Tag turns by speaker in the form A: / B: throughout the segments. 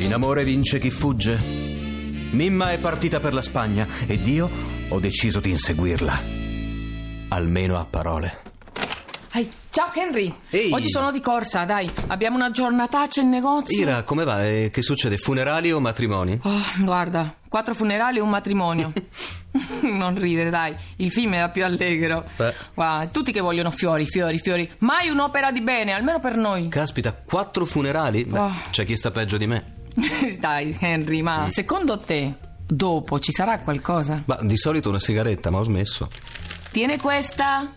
A: In amore vince chi fugge. Mimma è partita per la Spagna ed io ho deciso di inseguirla. Almeno a parole.
B: Ehi, ciao Henry.
A: Ehi.
B: Oggi sono di corsa, dai. Abbiamo una giornataccia in negozio.
A: Ira, come va? E che succede? Funerali o matrimoni?
B: Oh, guarda, quattro funerali e un matrimonio. non ridere, dai. Il film era più allegro.
A: Beh.
B: Guarda, tutti che vogliono fiori, fiori, fiori. Mai un'opera di bene, almeno per noi.
A: Caspita, quattro funerali? Beh,
B: Oh.
A: C'è chi sta peggio di me.
B: dai, Henry, ma secondo te dopo ci sarà qualcosa?
A: Ma di solito una sigaretta, ma ho smesso.
B: Tiene questa.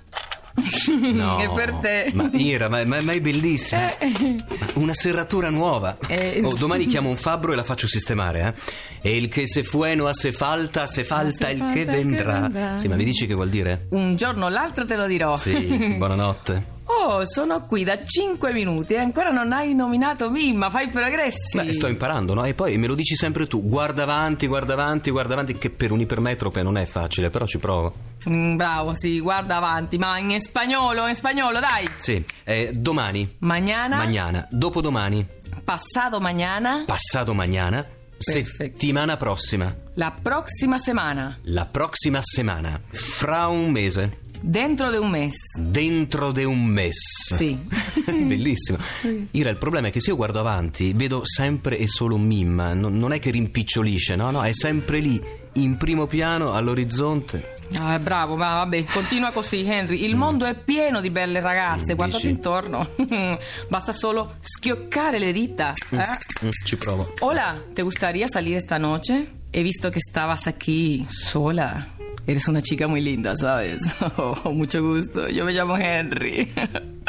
A: No.
B: È per te.
A: Ma Ira, ma, ma- ma è bellissima.
B: Eh.
A: Una serratura nuova.
B: Eh.
A: Oh, domani chiamo un fabbro e la faccio sistemare, eh. E il che se fueno a se falta, se falta il
B: falta
A: che
B: il che
A: vendrà.
B: vendrà.
A: Sì, ma mi dici che vuol dire?
B: Un giorno o l'altro te lo dirò.
A: Sì, buonanotte.
B: Oh, sono qui da 5 minuti e ancora non hai nominato Mimma, fai progressi.
A: Beh, sto imparando, no? E poi me lo dici sempre tu, guarda avanti, guarda avanti, guarda avanti, che per un ipermetrope non è facile, però ci provo.
B: Mm, bravo, sì, guarda avanti, ma in spagnolo, in spagnolo, dai.
A: Sì, eh, domani,
B: Mañana,
A: mañana, dopodomani,
B: passato mañana,
A: passato mañana,
B: Perfetto.
A: settimana prossima,
B: la prossima settimana,
A: la prossima settimana, fra un mese.
B: dentro de un mese.
A: Dentro de un mes.
B: Sì.
A: Bellissimo. Ira, il problema è che se io guardo avanti, vedo sempre e solo Mimma. Non, non è che rimpicciolisce, no, no, è sempre lì, in primo piano, all'orizzonte.
B: Ah, bravo, ma vabbè, continua così, Henry. Il mondo è pieno di belle ragazze,
A: Mm,
B: guardati
A: dici?
B: intorno. Basta solo schioccare le dita. eh?
A: Mm, Ci provo.
B: Hola, ¿te gustaría salir esta noche? He visto que estabas aquí sola. Eres una chica muy linda, ¿sabes? Oh, mucho gusto. Yo me llamo Henry.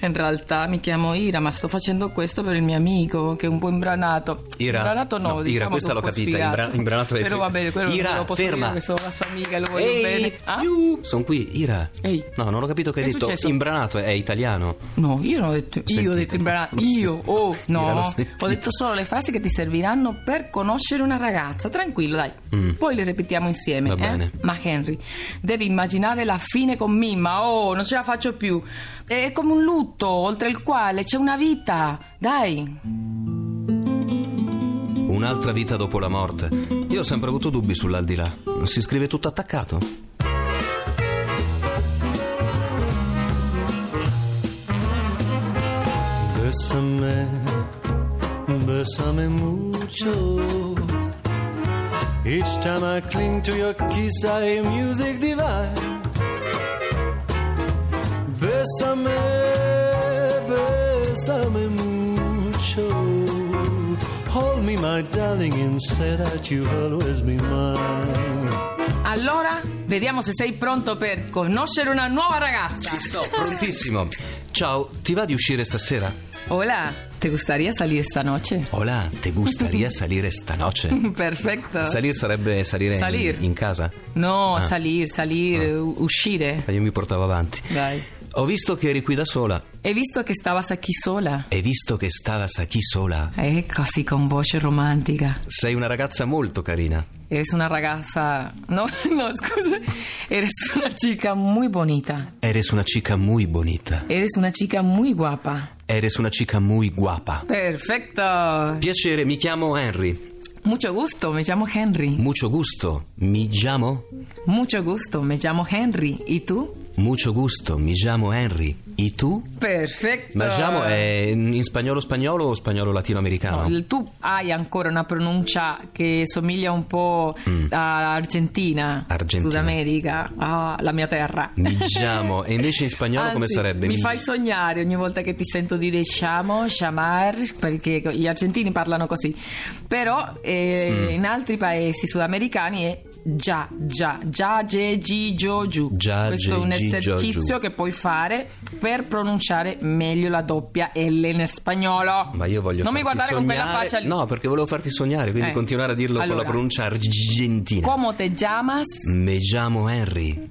B: In realtà mi chiamo Ira, ma sto facendo questo per il mio amico che è un po' imbranato.
A: Ira,
B: imbranato no,
A: no, Ira,
B: diciamo che
A: questa
B: un
A: l'ho
B: po'
A: capita,
B: sfigato.
A: imbra- imbranato è-
B: Però va bene, quello
A: Ira,
B: lo posso
A: ferma.
B: dire che sono la sua amica, lo voglio
A: Ehi,
B: bene. Ah?
A: sono qui, Ira.
B: Ehi.
A: No, non ho capito che hai
B: Che è
A: detto.
B: successo?
A: Imbranato è italiano.
B: No, io non ho detto, io ho
A: Sentite,
B: detto imbranato,
A: l'ho
B: io,
A: sentito.
B: oh,
A: Ira, l'ho
B: no,
A: sentito.
B: ho detto solo le frasi che ti serviranno per conoscere una ragazza, tranquillo dai, poi le ripetiamo insieme.
A: Mm. Va
B: eh?
A: bene.
B: Ma Henry, devi immaginare la fine con Mimma, oh, non ce la faccio più, è come un lutto oltre il quale c'è una vita, dai.
A: Un'altra vita dopo la morte. Io ho sempre avuto dubbi sull'aldilà. Si scrive tutto attaccato.
C: Bésame, bésame mucho. Each time I cling to your kiss, I hear music divine. Bésame, bésame mucho. Hold me, my darling, and say that you'll always be mine.
B: Allora, vediamo se sei pronto per conoscere una nuova ragazza.
A: Sto prontissimo. Ciao, ti va di uscire stasera?
B: Hola, ¿te gustaría salir esta noche?
A: Hola, te gustaría salire stanoce?
B: Perfetto.
A: Salir sarebbe salire in-
B: Salir.
A: In, casa?
B: No,
A: Ah.
B: salir, salir, u- uscire.
A: Ma Io mi portavo avanti.
B: Dai.
A: Ho visto che eri qui da sola
B: E visto che stavas aquí sola,
A: e visto che stava sa chi sola.
B: eh, così con voce romantica.
A: Sei una ragazza molto carina.
B: Eres una ragazza. No, no, scusa. Eres una chica muy bonita.
A: Eres una chica muy bonita.
B: Eres una chica muy guapa.
A: Eres una chica muy guapa.
B: Perfecto.
A: Piacere, mi chiamo Henry.
B: Mucho gusto, me llamo Henry.
A: Mucho gusto. Mi llamo?
B: Mucho gusto, me llamo Henry. ¿Y tú?
A: Mucho gusto, mi llamo Henry. E tu?
B: Perfecto.
A: Ma llamo eh, è in spagnolo spagnolo o spagnolo latinoamericano?
B: No, Tu hai ancora una pronuncia che somiglia un po' all'Argentina,
A: Mm. Argentina.
B: Sud America, ah, la mia terra.
A: Mi llamo. E invece in spagnolo come
B: Anzi,
A: sarebbe?
B: Ah, Mi fai sognare ogni volta che ti sento dire chiamo, chiamar, perché
A: Mm.
B: gli argentini parlano così. Però eh, in altri paesi sudamericani è già, già, già, ge, gi, gio, giù.
A: Già,
B: Questo è
A: ge,
B: un
A: gi, gio,
B: esercizio
A: giù.
B: che puoi fare per pronunciare meglio la doppia L in spagnolo.
A: Ma io voglio
B: Non mi
A: farti
B: guardare con quella
A: sognare-
B: faccia lì.
A: No, perché volevo farti sognare, quindi
B: Eh.
A: continuare a dirlo con
B: Allora.
A: la pronuncia argentina.
B: Como te llamas?
A: Me llamo Henry.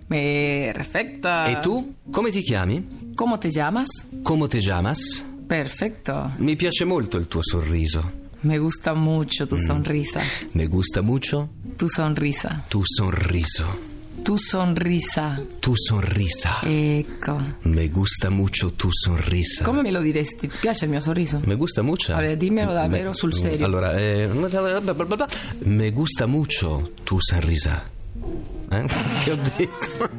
B: Perfecto.
A: E tu? Come ti chiami?
B: Como te llamas?
A: Como te llamas?
B: Perfecto.
A: Mi piace molto il tuo sorriso.
B: Me gusta mucho
A: Mm.
B: tu sonrisa.
A: Me gusta mucho
B: Tu sonrisa.
A: tu sorriso.
B: Tu sonrisa.
A: Tu sonrisa.
B: Ecco.
A: Me gusta mucho tu sonrisa.
B: Come me lo diresti? Ti piace il mio sorriso?
A: Me gusta mucho.
B: Vabbè, dimmelo davvero
A: Me-
B: sul serio.
A: Allora, eh, me gusta mucho tu sonrisa. Eh? Che ho detto?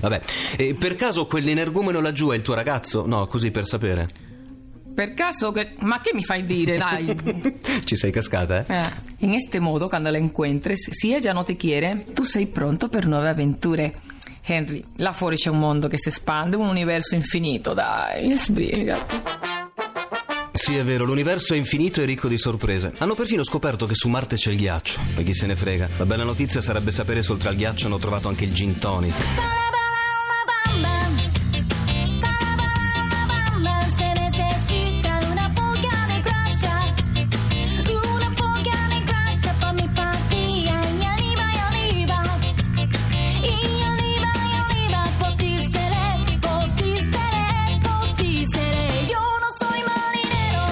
A: Vabbè, eh, per caso quell'energumeno laggiù è il tuo ragazzo? No, così per sapere.
B: Per caso que- Ma che mi fai dire, dai?
A: Ci sei cascata, eh?
B: Ah, En este modo, cuando la encuentres, si ella no te quiere, tu sei pronto per nuove avventure. Henry, là fuori c'è un mondo che si espande, un universo infinito, dai, sbriga.
A: Sì, è vero, l'universo è infinito e ricco di sorprese. Hanno perfino scoperto che su Marte c'è il ghiaccio. E chi se ne frega? La bella notizia sarebbe sapere se oltre al ghiaccio hanno trovato anche il gin tonic.
D: Se necesita una fuga de gracia, una fuga de gracia para mi patria. Y oliva, y oliva, y oliva, y oliva, por ti seré, por ti seré, por ti seré. Yo no soy marinero,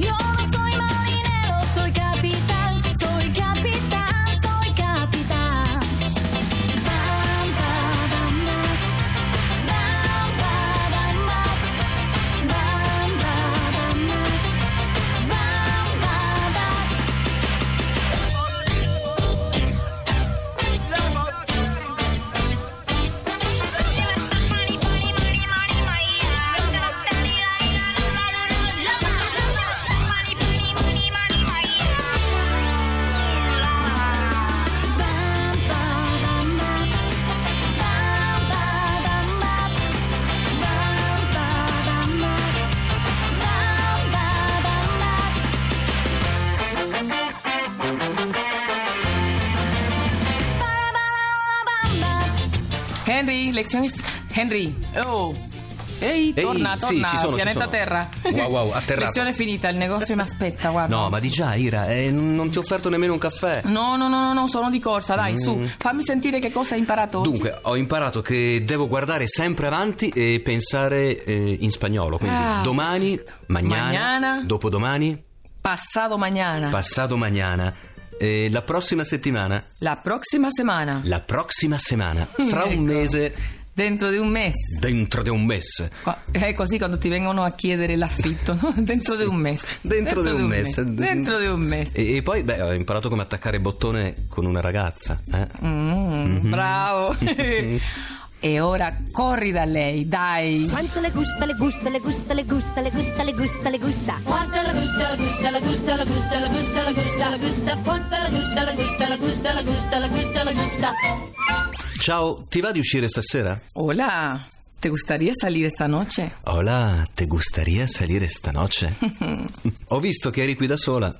D: yo no soy marinero, soy capitán, soy capitán, soy capitán. Bam, bam, bam, bam. Bam, bam, bam, bam. Bam, bam, bam, bam. Bam, bam, bam.
B: Henry, lezioni. Henry, oh. Ehi,
A: Ehi,
B: torna,
A: sì,
B: torna,
A: ci sono, ci
B: pianeta
A: sono.
B: Terra.
A: Wow, wow, atterrato.
B: Lezione finita, il negozio mi aspetta, guarda.
A: No, ma di già, Ira, eh, non ti ho offerto nemmeno un caffè.
B: No, no, no, no, no, sono di corsa, dai, su, fammi sentire che cosa hai imparato oggi.
A: Mm. Dunque, ho imparato che devo guardare sempre avanti e pensare eh, in spagnolo. Quindi
B: Ah,
A: domani, mañana,
B: Mañana.
A: dopodomani,
B: Passato mañana,
A: passato mañana, eh, la prossima settimana,
B: la prossima settimana,
A: la prossima settimana, fra
B: Ecco.
A: un mese,
B: dentro di un eh, mese.
A: dentro di un mese.
B: Qua- È così quando ti vengono a chiedere l'affitto, no? dentro di un mese.
A: Dentro, di un mese.
B: Dentro di un mese.
A: E, e poi, beh, ho imparato come attaccare bottone con una ragazza. eh.
B: Mm, Bravo. e ora corri da lei, dai.
E: Quanto le gusta, le gusta, le gusta, le gusta, le gusta, le gusta, le gusta.
F: Quanto la gusta, la gusta, la gusta, la gusta, la gusta, la gusta, la gusta, quanto la gusta, la gusta, la gusta, la gusta, la gusta, la gusta.
A: Ciao, ti va di uscire stasera?
B: Hola, ¿te gustaría salir esta noche?
A: Hola, te gustaría salire stanoce? Ho visto che eri qui da sola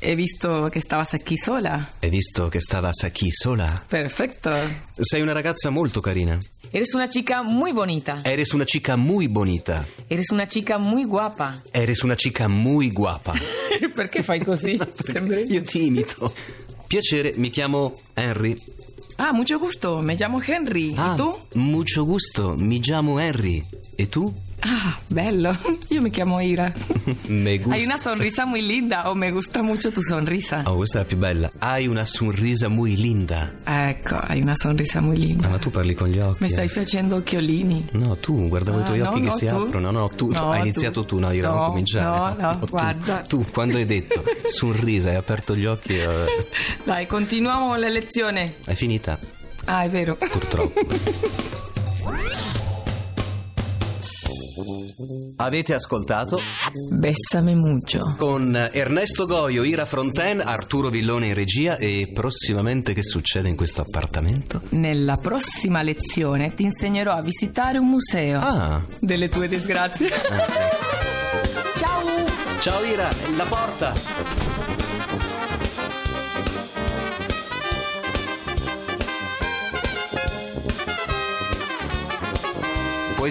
B: He visto que estabas aquí sola.
A: e visto che stava Saki sola.
B: Perfecto.
A: Sei una ragazza molto carina.
B: Eres una chica muy bonita.
A: Eres una chica muy bonita.
B: Eres una chica muy guapa.
A: Eres una chica muy guapa.
B: ¿Por qué fai così? Sempre-
A: Io ti imito. Piacere, mi chiamo Henry.
B: Ah, mucho gusto. Me llamo Henry. ¿Y
A: Ah,
B: tú?
A: Mucho gusto, mi chiamo Henry. E tu?
B: Ah, bello. Yo me llamo Ira.
A: Me gusta.
B: Hay una sonrisa muy linda o me gusta mucho tu sonrisa.
A: Oh, questa è la più bella. Hai una sorrisa muy linda.
B: Ah, Ecco, hai una sonrisa muy
A: Ah,
B: linda.
A: ma tu parli con gli occhi.
B: Me
A: eh.
B: stai facendo occhiolini.
A: No, tu, guardavo i
B: Ah,
A: tuoi
B: no,
A: occhi che
B: no,
A: si
B: tu.
A: aprono. No, no, tu
B: No,
A: hai
B: tu.
A: iniziato tu, no, io eravamo
B: No,
A: cominciare.
B: no, no, guarda.
A: Tu, tu, quando hai detto sorrisa, hai aperto gli occhi e eh,
B: Dai, continuiamo con la lezione.
A: è finita,
B: Ah, è vero.
A: purtroppo. Avete ascoltato
B: Bessame mucho.
A: con Ernesto Goio, Ira Fronten, Arturo Villone in regia e prossimamente che succede in questo appartamento?
B: Nella prossima lezione ti insegnerò a visitare un museo
A: Ah,
B: delle tue disgrazie. Ciao!
A: ciao Ira, la porta! Puoi